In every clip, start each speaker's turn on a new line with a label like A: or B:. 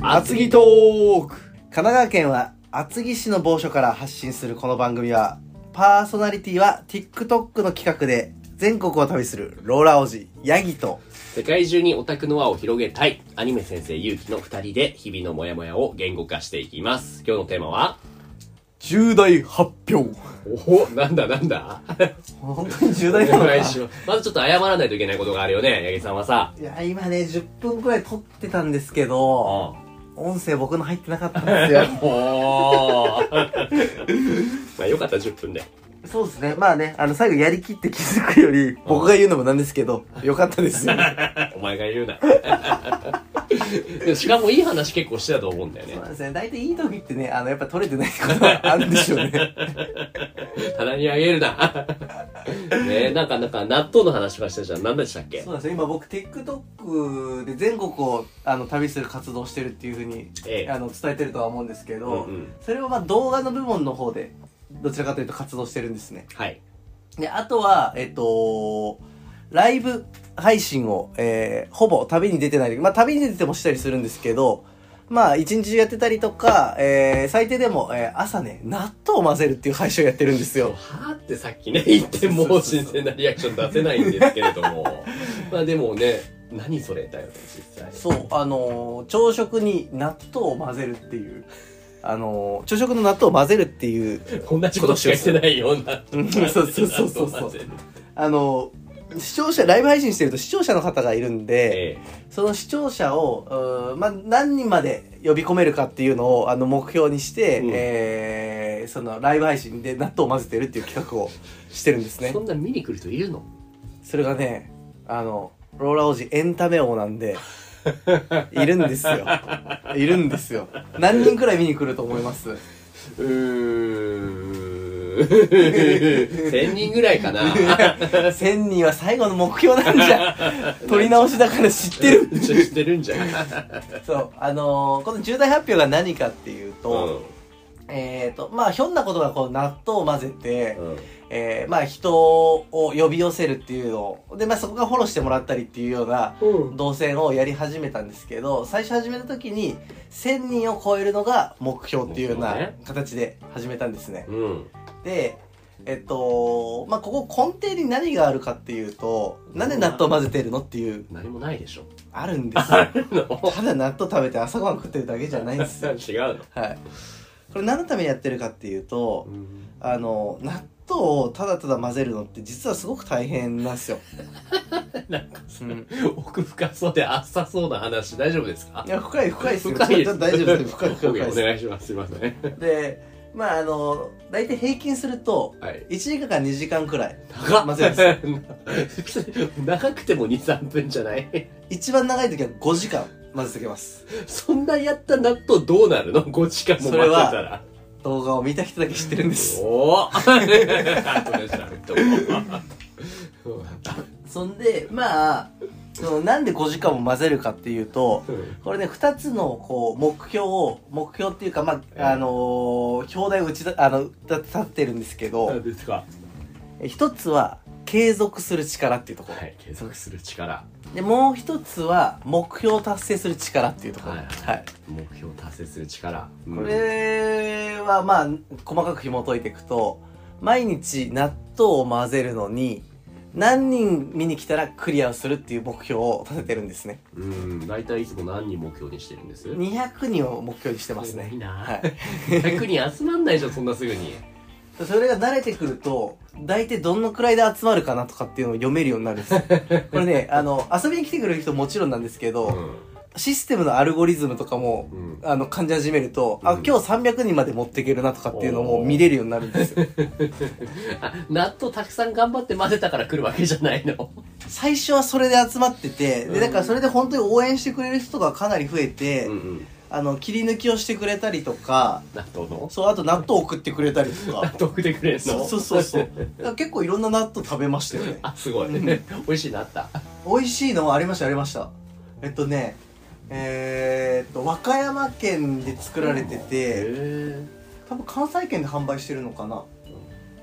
A: 厚木トーク
B: 神奈川県は厚木市の某所から発信するこの番組はパーソナリティは TikTok の企画で全国を旅するローラーおじヤギと
C: 世界中にオタクの輪を広げたいアニメ先生ゆうきの2人で日々のモヤモヤを言語化していきます今日のテーマは
A: 重大発表
C: おおなんだなんだ
B: 本当に重
C: お
B: 大なのか
C: 願いし ますまずちょっと謝らないといけないことがあるよね八木さんはさ
B: いや今ね10分くらい撮ってたんですけど音声僕の入ってなかったんです よ
C: おー まあよかった10分で
B: そうですねまあねあの最後やりきって気づくより僕が言うのもなんですけどよかった ですよ
C: お前が言 うなでもしかもいい話結構してたと思うんだよね
B: そうですね大体いい時ってねあのやっぱ撮れてないことはあるんでしょうね
C: 棚にあげるな ねえなんかなんか納豆の話とかしてたじゃん何でしたっけ
B: そうなんですよ今僕 TikTok で全国をあの旅する活動をしてるっていうふうに
C: ええ
B: あの伝えてるとは思うんですけ
C: う
B: ど、
C: んうん
B: それをまあ動画の部門の方でどちらかというと活動してるんですね
C: はい
B: であとはえっとライブ配信を、えーほぼ旅に出てないでまあ旅に出てもしたりするんですけどまあ一日中やってたりとか、えー最低でも、えー朝ね納豆を混ぜるっていう配信をやってるんです
C: そう
B: よ
C: はーってさっきね言ってもう新鮮なリアクション出せないんですけれども まあでもね何それだよね実際
B: そうあのー朝食に納豆を混ぜるっていうあのー朝食の納豆を混ぜるっていう
C: 同じことしかしてないような
B: うんそうそうそうそうそうあのー視聴者ライブ配信してると視聴者の方がいるんで、
C: え
B: その視聴者を、うーまあ、何人まで呼び込めるかっていうのをあの目標にして、
C: うん
B: えーそのライブ配信で納豆を混ぜてるっていう企画をしてるんです
C: え
B: ね
C: そ。んな見に来る人いるの
B: それがね、あの、ローラ王子エンタメ王なん で、いるんですよ。いるんですよ。何人くらい見に来ると思います
C: うーん1000人ぐらいかな
B: ?1000 人は最後の目標なんじ ゃ。取り直しだから知ってる。
C: 知ってるんじゃない
B: そう、あのーこの重大発表が何かっていうと、えっ、と、まあ、ひょんなことがこう納豆を混ぜて、
C: うんうん
B: えーまあ人を呼び寄せるっていうのをで、まあ、そこがフォローしてもらったりっていうような動線をやり始めたんですけど最初始めた時に1000人を超えるのが目標っていうよう
C: そう
B: な
C: ね
B: 形で始めたんですね。
C: うん
B: でえっとまあここ根底に何があるかっていうとなんで納豆を混ぜてるのっていう
C: 何もないでしょ
B: あるんですよ。
C: の
B: ただ納豆食べて朝ごはん食ってるだけじゃないん ですよ。
C: 違うの
B: はい。これ何のためにやってるかっていうと、あの納豆をただただ混ぜるのって実はすごく大変なんですよ。
C: なんかさ
B: うん
C: 奥深そうで浅そうな話大丈夫ですか
B: いや深い深いですよ。
C: 深いで
B: ちょっ
C: す
B: と大丈夫です。深い深い深い
C: お
B: で
C: 願いしますすいません
B: す。で、まああの大体平均すると
C: はい
B: 1時間から2時間くらい
C: 長っ
B: 混ぜるんですよ。
C: 長くても23分じゃない
B: 一番長い時は5時間混ぜてきます。
C: そんなやった納豆どうなるの ?5 時間も
B: そ
C: 待
B: れ
C: って
B: は
C: たら
B: 動画を見た人だけ知ってるんです。
C: おお後で調べとこうそうなんだ
B: そんでまあそのなんで5時間も混ぜるかっていうと。これね、二つの、こう、目標を、目標っていうか、ま
C: ええ
B: あ、あのー、表題を打ちだ、あの、立立てるん ですけど、
C: 何ですか
B: 一つは継続する力っていうところ、
C: はい継続する力
B: でもう一つは目標を達成する力っていうところ、
C: はい
B: はい
C: 目標を達成する力
B: これはまあ細かく紐解いていくと毎日納豆を混ぜるのに何人見に来たらクリアをするっていう目標を立ててるんですね
C: うんうん大体いつも何人目標にしてるんです
B: 200人を目標にしてますね
C: 多いな
B: はい、
C: 逆に集まんないじゃんそんなすぐに
B: それが慣れてくると大体どのくらいで集まるかなとかっていうのを読めるようになるん ですよこれねあの遊びに来てくれる人もちろんなんですけど、システムのアルゴリズムとかも、
C: うんうん
B: あの、感じ始めると、あ
C: う、ん
B: 今日300人まで持っていけるなとかっていうのも
C: おー
B: 見れるようになるんですよ。
C: あ 納豆たくさん頑張って混ぜたから来るわけじゃないの
B: 最初はそれで集まってて、
C: う
B: で、
C: ん
B: だからそれで本当に応援してくれる人がかなり増えて、
C: ん
B: あの、切り抜きをしてくれたりとか、
C: 納豆の
B: そう、あと納豆送ってくれたりと
C: 納。
B: か
C: 豆でくれる
B: そ
C: の
B: うそうそうそう。だから結構いろんな納豆食べましたよね。
C: あすごい、
B: うん
C: 美味しいなあった
B: 美味しいのはありましたありました。えっとね、えー、っと、和歌山県で作られてて、
C: え
B: 多分関西圏で販売してるのかな、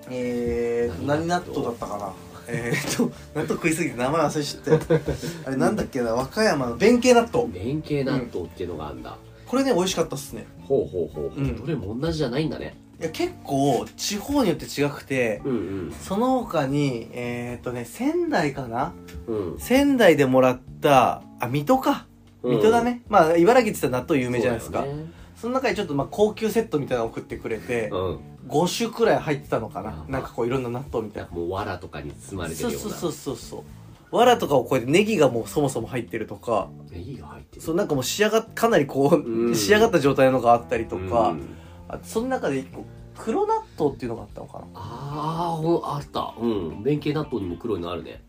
B: えーと何
C: 何
B: 納
C: 納
B: 豆
C: 豆
B: だったかなえーと 納豆食いすぎて名前 忘れちゃったよあれなんだっけな和歌山の弁慶納豆
C: 連携納豆っていうのがあんだ、
B: これね美味しかったっすね
C: ほうほうほうほう、
B: うん
C: どれも同じじゃないんだね
B: いや結構地方によって違くて
C: うんうん
B: その他にえー、っとね仙台かな
C: うん
B: 仙台でもらったあ水戸か
C: うん
B: 水戸だね、まあ茨城って言ったら納豆有名じゃないですか
C: そ
B: そ,、
C: うだよね
B: の中にちょっとまあ高級セットみたいなの送ってくれて、
C: うん
B: 5種くらい入ってたのかな
C: あ
B: なんかこういろんな納豆みたい
C: なん
B: な
C: かもう藁とかに包まれて
B: そう
C: るよう
B: そ
C: な
B: うそうそうそうわらとかをこうやってネギがもうそもそも入ってるとか
C: ネギが入ってる
B: そうなんかもう仕上がっかなりこう、
C: うん
B: 仕上がった状態のがあったりとか、
C: うん
B: あその中で一個黒納豆っていうのがあったのかな
C: あーほんあったうん弁慶納豆にも黒いのあるね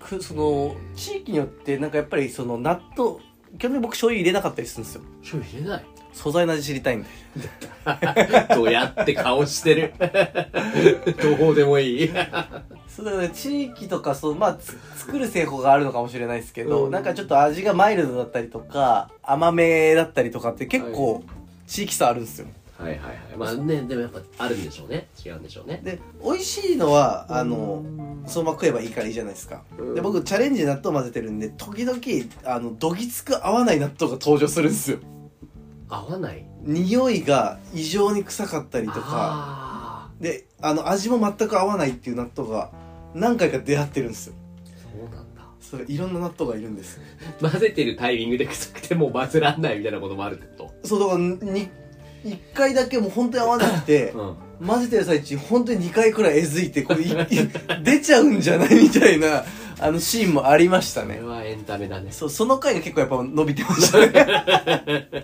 B: くその地域によってなんかやっぱりその納豆基本的に僕醤油入れなかったりするんですよ
C: 醤油入れない
B: 素材の味知りたいんで
C: どうやって顔して るどうでもいい
B: そうだから地域とかそう、まあ、つ作る製法があるのかもしれないですけど、
C: うん
B: なんかちょっと味がマイルドだったりとか甘めだったりとかって結構地域差あるんですよ、
C: はいはいはいまあねでもやっぱあるんでしょうね違うんでしょうね
B: で美味しいのはあのそのまま食えばいいからいいじゃないですか、
C: うん
B: で僕チャレンジで納豆混ぜてるんで時々あのどぎつく合わない納豆が登場するんですよ
C: 合わない
B: 匂いが異常に臭かったりとか
C: あ
B: であの味も全く合わないっていう納豆が何回か出会ってるんですよ
C: ーそうなんだ
B: それいろんな納豆がいるんです
C: 混ぜてるタイミングで臭くてもう混ぜらんないみたいなこともあるってこ
B: そうだからに1回だけもう本当に合わなくて
C: と うん
B: 混ぜてる最中本当に2回くらいえずいてこういい出ちゃうんじゃないみたいなあのシーンもありました
C: これ
B: ね
C: はエンタメだね
B: そうその回が結構やっぱ伸びてました ね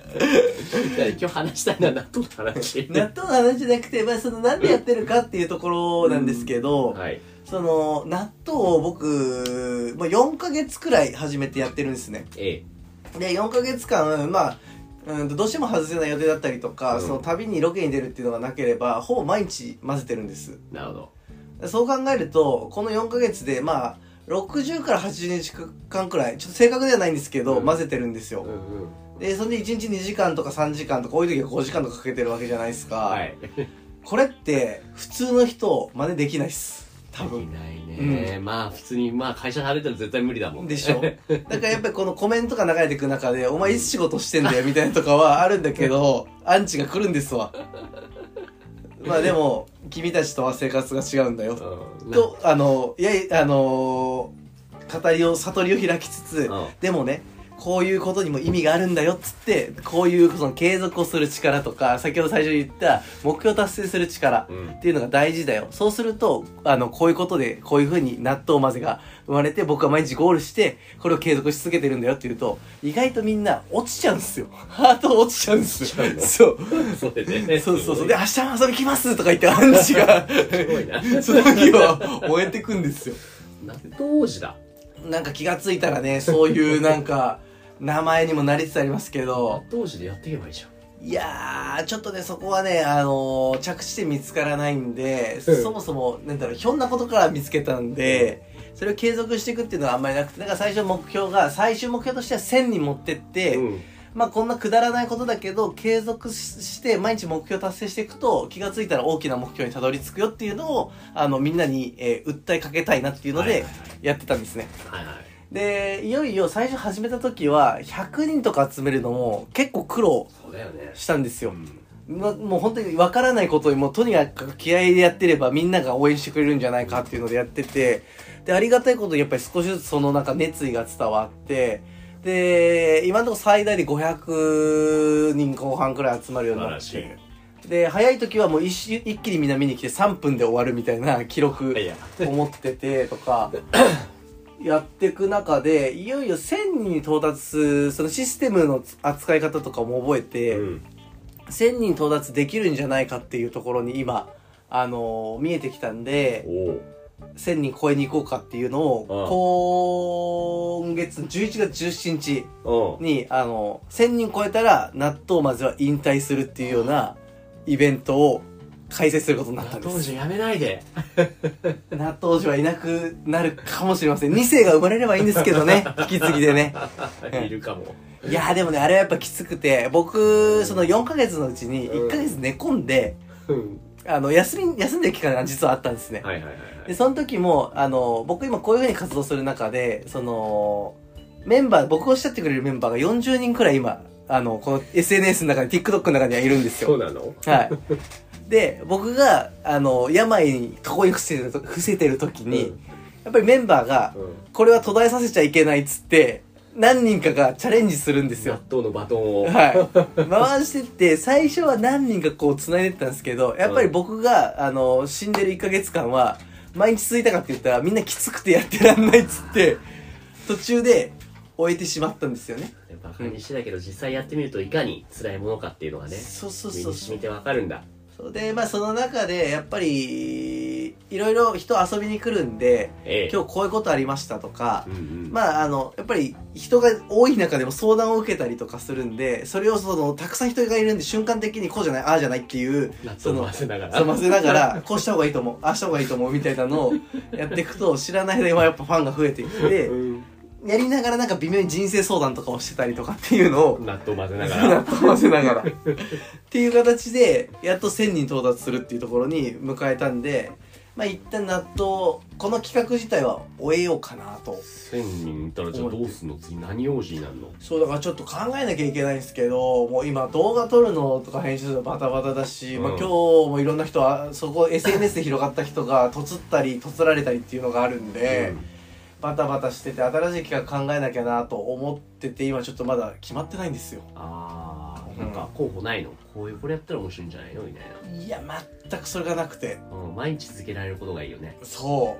C: 今日話したいのは納豆の話
B: 納豆の話じゃなくて、まあ、そのなんでやってるかっていうところなんですけど、
C: はい
B: その納豆を僕、まあ、4ヶ月くらい始めてやってるんですね
C: A
B: で4ヶ月間まあうんとどうしても外せない予定だったりとか、
C: うん
B: その旅にロケに出るっていうのがなければほぼ毎日混ぜてるんです
C: なるほど
B: そう考えるとこの4ヶ月でまあ60から80日間くらいちょっと正確ではないんですけど、
C: うん
B: 混ぜてるんですよ、
C: うんうん
B: でそれで1日2時間とか3時間とか多い時は5時間とかかけてるわけじゃないですか、
C: はい
B: これって普通の人真似できないっす多分
C: できないね、まあ普通にまあ会社で晴れたら絶対無理だもん
B: でし ょだからやっぱりこのコメントが流れてく中で「お前いつ仕事してんだよ」みたいなとかはあるんだけどアンチが来るんです わまあでも君たちとは生活が違うんだよ
C: うん
B: とあのいやいあの語りを悟りを開きつつ
C: うん
B: でもねこういうことにも意味があるんだよっつってこういうその継続をする力とか先ほど最初に言った目標達成する力
C: うん
B: っていうのが大事だよそうするとあのこういうことでこういうふうに納豆混ぜが生まれて僕は毎日ゴールしてこれを継続し続けてるんだよっていうと意外とみんな落ちちゃうんですよハート落ちちゃうんです
C: 落ちちゃうの
B: よそう
C: それでね
B: そうそうそうで
C: で
B: 明日も遊び来ますとか言ってアンチが
C: すごい な
B: その日は燃えてくんですよ
C: 納豆王子だ
B: なんか気がついたらねそういうなんか名前にもなりつつありますけど
C: 納豆王子でやっていけばいいじゃん
B: いやー、ちょっとね、そこはね、あのー着地点見つからないんで、そもそも、なんだろう、ひょんなことから見つけたんで、それを継続していくっていうのはあんまりなくて、だから最初目標が、最終目標としては1000に持ってって、
C: うん
B: まあこんなくだらないことだけど、継続しして、毎日目標達成していくと、気がついたら大きな目標にたどり着くよっていうのを、あの、みんなに、えー訴えかけたいなっていうの
C: はい
B: で
C: はい、
B: やってたんですね。
C: はいはい
B: で、いよいよ最初始めた時は、100人とか集めるのも結構苦労
C: そうだよね
B: したんですよ。
C: うん
B: ま、もう本当に分からないことにもうとにかく気合でやってればみんなが応援してくれるんじゃないかっていうのでやっててでありがたいことにやっぱり少しずつそのなんか熱意が伝わってで今のところ最大で500人後半くらい集まるようになっ
C: 素晴ら
B: てで早い時はもう一し一気にみんな見に来て3分で終わるみたいな記録
C: いや
B: を持っててと かやってく中でいよいよ1000人に到達するそのシステムの扱い方とかも覚えて。
C: うん
B: 1000人到達できるんじゃないかっていうところに今、あのー見えてきたんで、
C: おう
B: 1000人超えに行こうかっていうの
C: ああ
B: を、今月11月17日
C: おう
B: に、あのー1000人超えたら納豆まずは引退するっていうようなイベントを開催することにな
C: 納
B: ったんで
C: 豆王
B: す。
C: 子やめないで
B: 納豆王子はいなくなるかもしれません。2世が生まれればいいんですけどね、引き継ぎでね。
C: いるかも
B: いやーでもね、あれはやっぱきつくて、僕、その4ヶ月のうちに1ヶ月寝込んで、
C: うん
B: あの、休み、休んでる期間が実はあったんですね。
C: はいはいはいは
B: で、
C: い
B: その時も、あの、僕今こういう風に活動する中で、その、メンバー、僕を慕ってくれるメンバーが40人くらい今、あの、この SNS の中に、TikTok の中にはいるんです
C: そう
B: よ。
C: なの
B: はい。で、僕が、あの、病に囲い伏せてると、伏せてる時に、
C: うん
B: やっぱりメンバーが、
C: うん
B: これは途絶えさせちゃいけないっつって、何人かがチャレンジするんですよ
C: 納。豆のバトンを
B: はい。 回してって、最初は何人かこう繋いでったんですけど、やっぱり僕が、あの、死んでる1ヶ月間は、毎日続いたかって言ったら、みんなきつくてやってらんないっつって、途中で終えてしまったんですよね。
D: バカにしてたけど実際やってみるといかに辛いものかっていうのがね
B: そうそう
D: 身
B: そう
D: に染
B: そう
D: み。てわかるんだ
B: そうで、まあその中で、やっぱり、いろいろ人遊びに来るんで、
C: ええ
B: 今日こういうことありましたとか、
C: うんうん
B: まあ、あの、やっぱり人が多い中でも相談を受けたりとかするんで、それをその、たくさん人がいるんで、瞬間的にこうじゃない、ああじゃないっていう、
C: 納
B: そ
C: 豆を
B: の
C: 混、ぜながら
B: その混ぜながら、こうした方がいいと思う、ああした方がいいと思うみたいなのをやっていくと、知らない間にやっぱファンが増えてきて、
C: うん
B: やりながらなんか微妙に人生相談とかをしてたりとかっていうのを、
C: 納豆を混ぜながら
B: 納 豆混ぜながら。っていう形で、やっと1000人到達するっていうところに迎えたんで、まあ一旦納豆、この企画自体は終えようかなと。
C: 1000人いたらじゃあどうすんの次何用事になるの
B: そうだからちょっと考えなきゃいけないんですけどもう今動画撮るのとか編集するのバタバタだし、まあ、
C: うん
B: 今日もいろんな人はそこ SNS で広がった人がとつったりとつられたりっていうのがあるんで、
C: うん
B: バタバタしてて新しい企画考えなきゃなと思ってて今ちょっとまだ決まってないんですよ
D: あ
B: うん
D: ーなんか候補ないのこういうこれやったら面白いんじゃないのみたい
B: いや全くそれがなくて
D: な、うん、毎日続けられることがいいよね
B: そ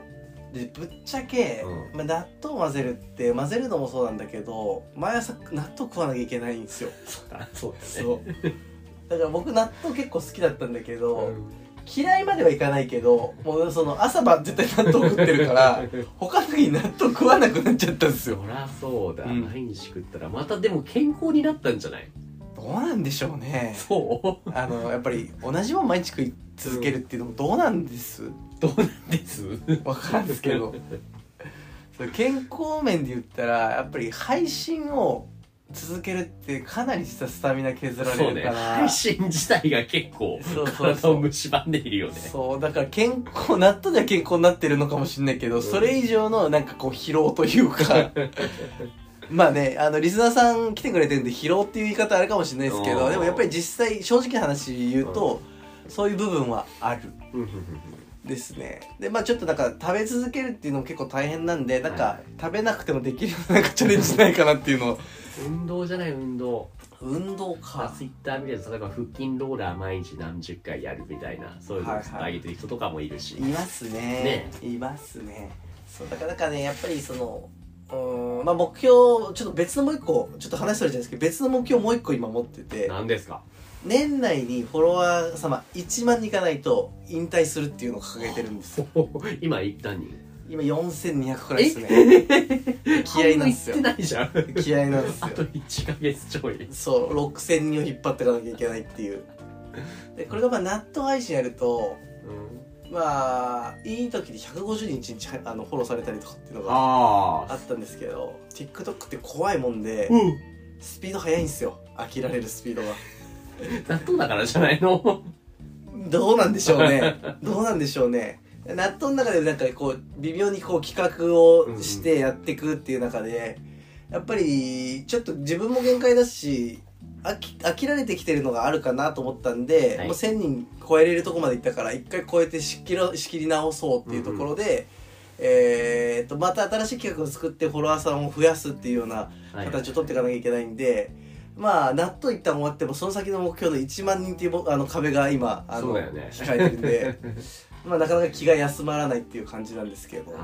B: うでぶっちゃけ、
D: う
B: まあ、納豆混ぜるって混ぜるのもそうなんだけど毎朝納豆食わなきゃいけないんですよ
D: あ そうだね
B: そうだから僕納豆結構好きだったんだけど、
C: うん
B: 嫌いまではいかないけどもうその朝晩絶対納豆食ってるから 他の日納豆食わなくなっちゃったんですよ
D: そりゃそうだ、
B: うん
D: 毎日食ったらまたでも健康になったんじゃない
B: どうなんでしょうね
D: そ
B: あのやっぱり同じもん毎日食い続けるっていうのもどうなんです
D: うです
B: わからんですけどそれ健康面で言ったらやっぱり配信を続けるってかなりしたスタミナ削ら
D: そ
B: れ
D: うね
B: るから
D: 配信自体が結構
B: そうそう
D: 体
B: そう
D: を蝕んでいるよね
B: そうだから健康納豆では健康になってるのかもしれないけど、それ以上のなんかこう疲労という かまあねあのリスナーさん来てくれてるんで疲労っていう言い方あるかもしれないですけ
D: う
B: ど
D: ん
B: でもやっぱり実際正直な話言うと、そういう部分はある
C: うんうん
B: ですねでまあちょっとなんか食べ続けるっていうのも結構大変なんでなんか、
D: はい
B: 食べなくてもできるようななんかチャレンジないかなっていうのを
D: 運動じゃない運動
B: 運動
D: ツイッターみたいな例えば腹筋ローラー毎日何十回やるみたいなそういうのをずっと上げてる人とかもいるし、
B: いますねいますねそうだからなんかねやっぱりそのうーんまあ目標ちょっと別のもう一個ちょっと話それちゃうんですけど別の目標もう一個今持ってて
D: 何ですか
B: 年内にフォロワー様1万人いかないと引退するっていうのを掲げてるんですよ
D: 今一旦に
B: 今4200くらいですね気合なんですよ
D: 半分いってないじゃん
B: 気合なんです
D: あ
B: よ
D: と1ヶ月ちょい
B: そう6000人を引っ張っていかなきゃいけないっていうでこれがまあ納豆配信やるとまあいい時で150人一日あのフォローされたりとかっていうのが
D: あ
B: あったんですけど TikTok って怖いもんで、
D: うん
B: スピード速いんですよ飽きられるスピードが
D: 納豆だからじゃないの
B: どうなんでしょう ねどうなんでしょうね納豆の中でなんかこう微妙にこう企画をしてやっていくっていう中で、やっぱりちょっと自分も限界だし飽き飽きられてきてるのがあるかなと思ったんで、
D: はい
B: もう1,000人超えれるとこまでいったから一回超えて仕切ろ仕切り直そうっていうところで、えーっとまた新しい企画を作ってフォロワーさんを増やすっていうような
D: はい
B: 形を取っていかなきゃいけないんで、まあ納豆一旦終わってもその先の目標の1万人っていうぼあの壁が今あ
D: そ
B: の、
D: うだよね
B: 控えてるん でまあなかなか気が休まらないっていう感じなんですけど、
D: はい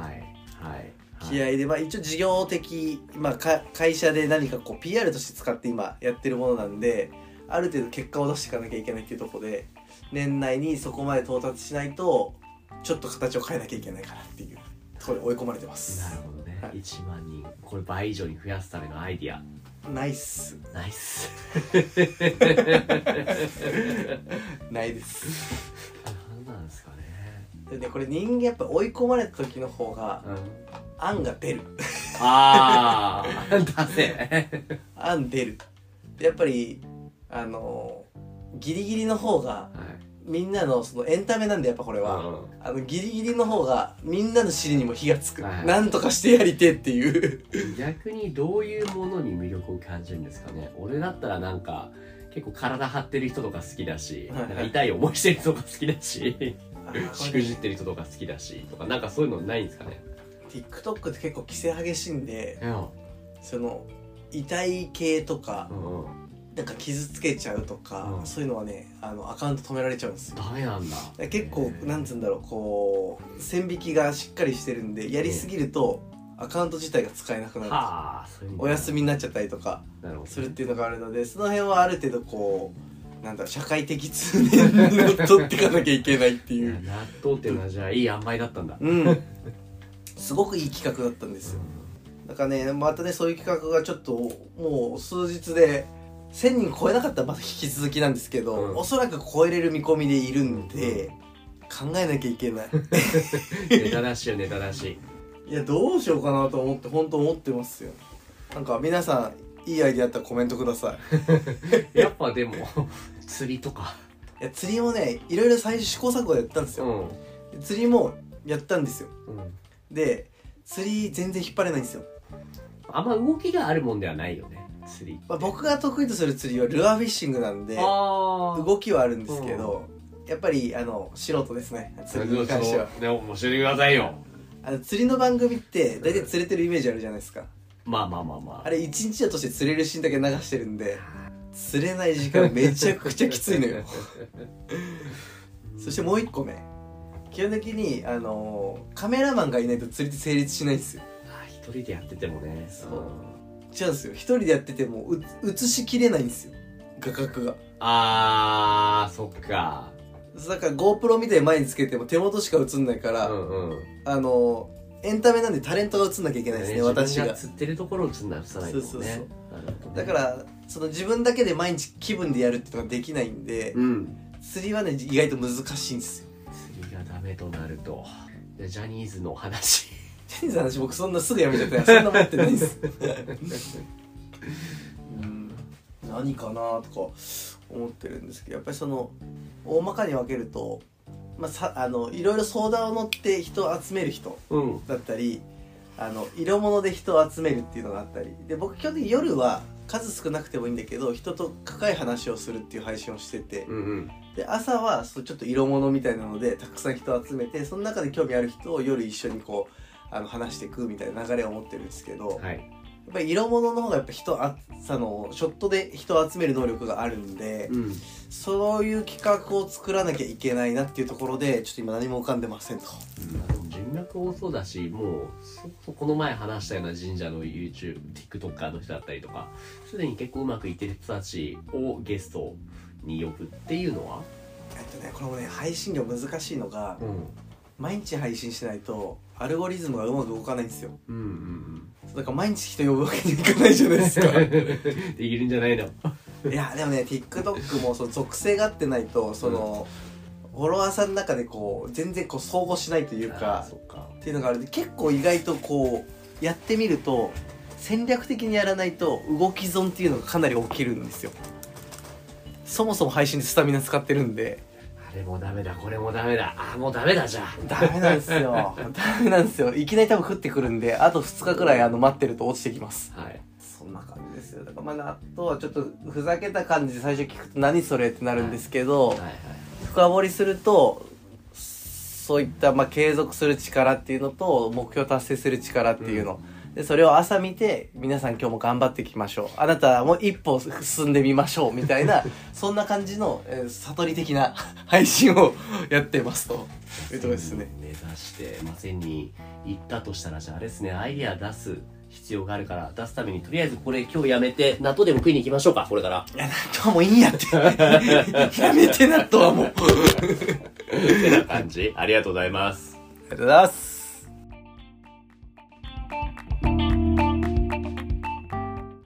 D: はい
B: 気合でまあ一応事業的、まあ、か会社で何かこう PR として使って今やってるものなんである程度結果を出していかなきゃいけないっていうところで年内にそこまで到達しないとちょっと形を変えなきゃいけないかなっていうところに追い込まれてま
D: なる
B: す
D: ほどね
B: はい
D: 1万人これ倍以上に増やすためのアイディア
B: ナイス
D: ナイス
B: ないです
D: 何なんですかね
B: でねこれ人間やっぱ追い込まれた時の方が
D: うん
B: 案が出る
D: ああ だね
B: 案出るやっぱりあのギリギリの方が
D: はい
B: みんなのそのエンタメなんでやっぱこれは、
E: うん
B: あのギリギリの方がみんなの尻にも火がつく、
C: はい
B: なんとかしてやりてえって いう
C: 逆にどういうものに魅力を感じるんですかね俺だったらなんか結構体張ってる人とか好きだし、
B: はいはい
C: なんか痛い思いしてる人とか好きだ ししくじ
B: TikTok
C: ってる人とか好きだしとかなんかそういうのないんですかね
B: って結構規制激しいんで
C: うん
B: その痛い系とか
C: うん
B: なんか傷つけちゃうとか、
C: うん
B: そういうのはねあのアカウント止められちゃうんですよ
C: ダメなんだ
B: 結構なんつうんだろうこう線引きがしっかりしてるんでやりすぎるとアカウント自体が使えなくなる
C: はあそういう
B: お休
C: み
B: みになっちゃったりとか
C: なるほど
B: するっていうのがあるのでその辺はある程度こうなんだろう社会的通念にのっとっていかなきゃいけないって
C: い
B: い
C: や
B: う
C: 納豆っていうのはじゃあいい塩梅だったんだ
B: うんすごくいい企画だったんですよだからねまたねそういう企画がちょっともう数日で1000人超えなかったらまた引き続きなんですけど、
C: うん
B: おそらく超えれる見込みでいるんで考えなきゃいけない
C: ネタらしいよネタらしい
B: いやどうしようかなと思って本当思ってますよなんか皆さんいいアイディアあったらコメントください
C: やっぱでも釣りとか
B: いや釣りもねいろいろ最初試行錯誤でやったんです
C: う
B: よ、
C: ん、
B: で釣りもやったんですよ
C: うん、
B: で釣り全然引っ張れないんですよ、
C: あんま動きがあるもんではないよね釣り
B: まあ、僕が得意とする釣りはルアーフィッシングなんで
C: あ
B: 動きはあるんですけど、やっぱりあの素人ですね釣りに関しては
C: でも教えてくださいよ
B: あの釣りの番組って大体釣れてるイメージあるじゃないですか
C: まあまあまあまあ
B: あれ一日だとして釣れるシーンだけ流してるんで釣れない時間めちゃくちゃきついの よそしてもう一個ね基本的にあのーカメラマンがいないと釣りって成立しないんですよ
C: あ一人でやっててもね
B: そう違うんですよ一人でやっててもう映しきれないんですよ画角が
C: あーそっか
B: だから GoPro みたいに前につけても手元しか映んないから、
C: うんうん
B: あのーエンタメなんでタレントが映んなきゃいけないですね
C: ね
B: 私
C: 自分
B: が
C: 釣ってるところを釣んならさないとね
B: そうそうそう
C: なるほどね
B: だからその自分だけで毎日気分でやるってのができないんで、
C: うん
B: 釣りはね意外と難しいんですよ
C: 釣りがダメとなるとでジャニーズの話
B: ジャニーズの話僕そんなすぐやめちゃったよそんな持ってないですうん何かなとか思ってるんですけどやっぱりその大まかに分けると、まあ、さあのいろいろ相談を乗って人を集める人
C: うん
B: だったりあの色物で人を集めるっていうのがあったりで僕基本的に夜は数少なくてもいいんだけど人と深い話をするっていう配信をしてて、
C: うんうん
B: で朝はそうちょっと色物みたいなのでたくさん人を集めてその中で興味ある人を夜一緒にこうあの話していくみたいな流れを持ってるんですけど、やっ
C: はい
B: ぱり色物の方がやっぱ人あそのショットで人を集める能力があるんで、
C: うん
B: そういう企画を作らなきゃいけないなっていうところでちょっと今何も浮かんでませんと。
C: 人脈多そうだしもうそそこの前話したような神社の YouTubeTikToker の人だったりとかすでに結構うまくいってる人たちをゲストに呼ぶっていうのは、
B: えっとねこれもね配信量難しいのが
C: うん、
B: 毎日配信しないとアルゴリズムがうまく動かないんですよ
C: うんうん
B: だから毎日人呼ぶわけにいかないじゃないですか
C: うんできるんじゃないの
B: いやでもね TikTok もその属性が合ってないとその、フォロワーさんの中でこう全然こう相互しないという
C: あー
B: か
C: そっか
B: っていうのがあるんで結構意外とこうやってみると戦略的にやらないと動き損っていうのがかなり起きるんですよそもそも配信でスタミナ使ってるんで
C: あれもダメだこれもダメだあーもうダメだじゃあ
B: ダメなんですよ ダメなんですよいきなり多分降ってくるんであと2日くらいあの待ってると落ちてきます
C: はい
B: そんな感じですよだからまあ納豆はちょっとふざけた感じで最初聞くと何それってなるんですけど、
C: はいはい
B: 深掘りするとそういったまあ継続する力っていうのと目標達成する力っていうの、でそれを朝見て皆さん今日も頑張っていきましょうあなたも一歩進んでみましょうみたい なそんな感じの、えー悟り的な 配信をやってますというところですね。
C: 目指してませんに行ったとしたらじゃああれですねアイディア出す必要があるから出すためにとりあえずこれ今日やめて納豆でも食いに行きましょうかこれから
B: いや納豆はもういいんやって や めて納豆はもうありがと
C: ってな感じありがとうございます
B: うございます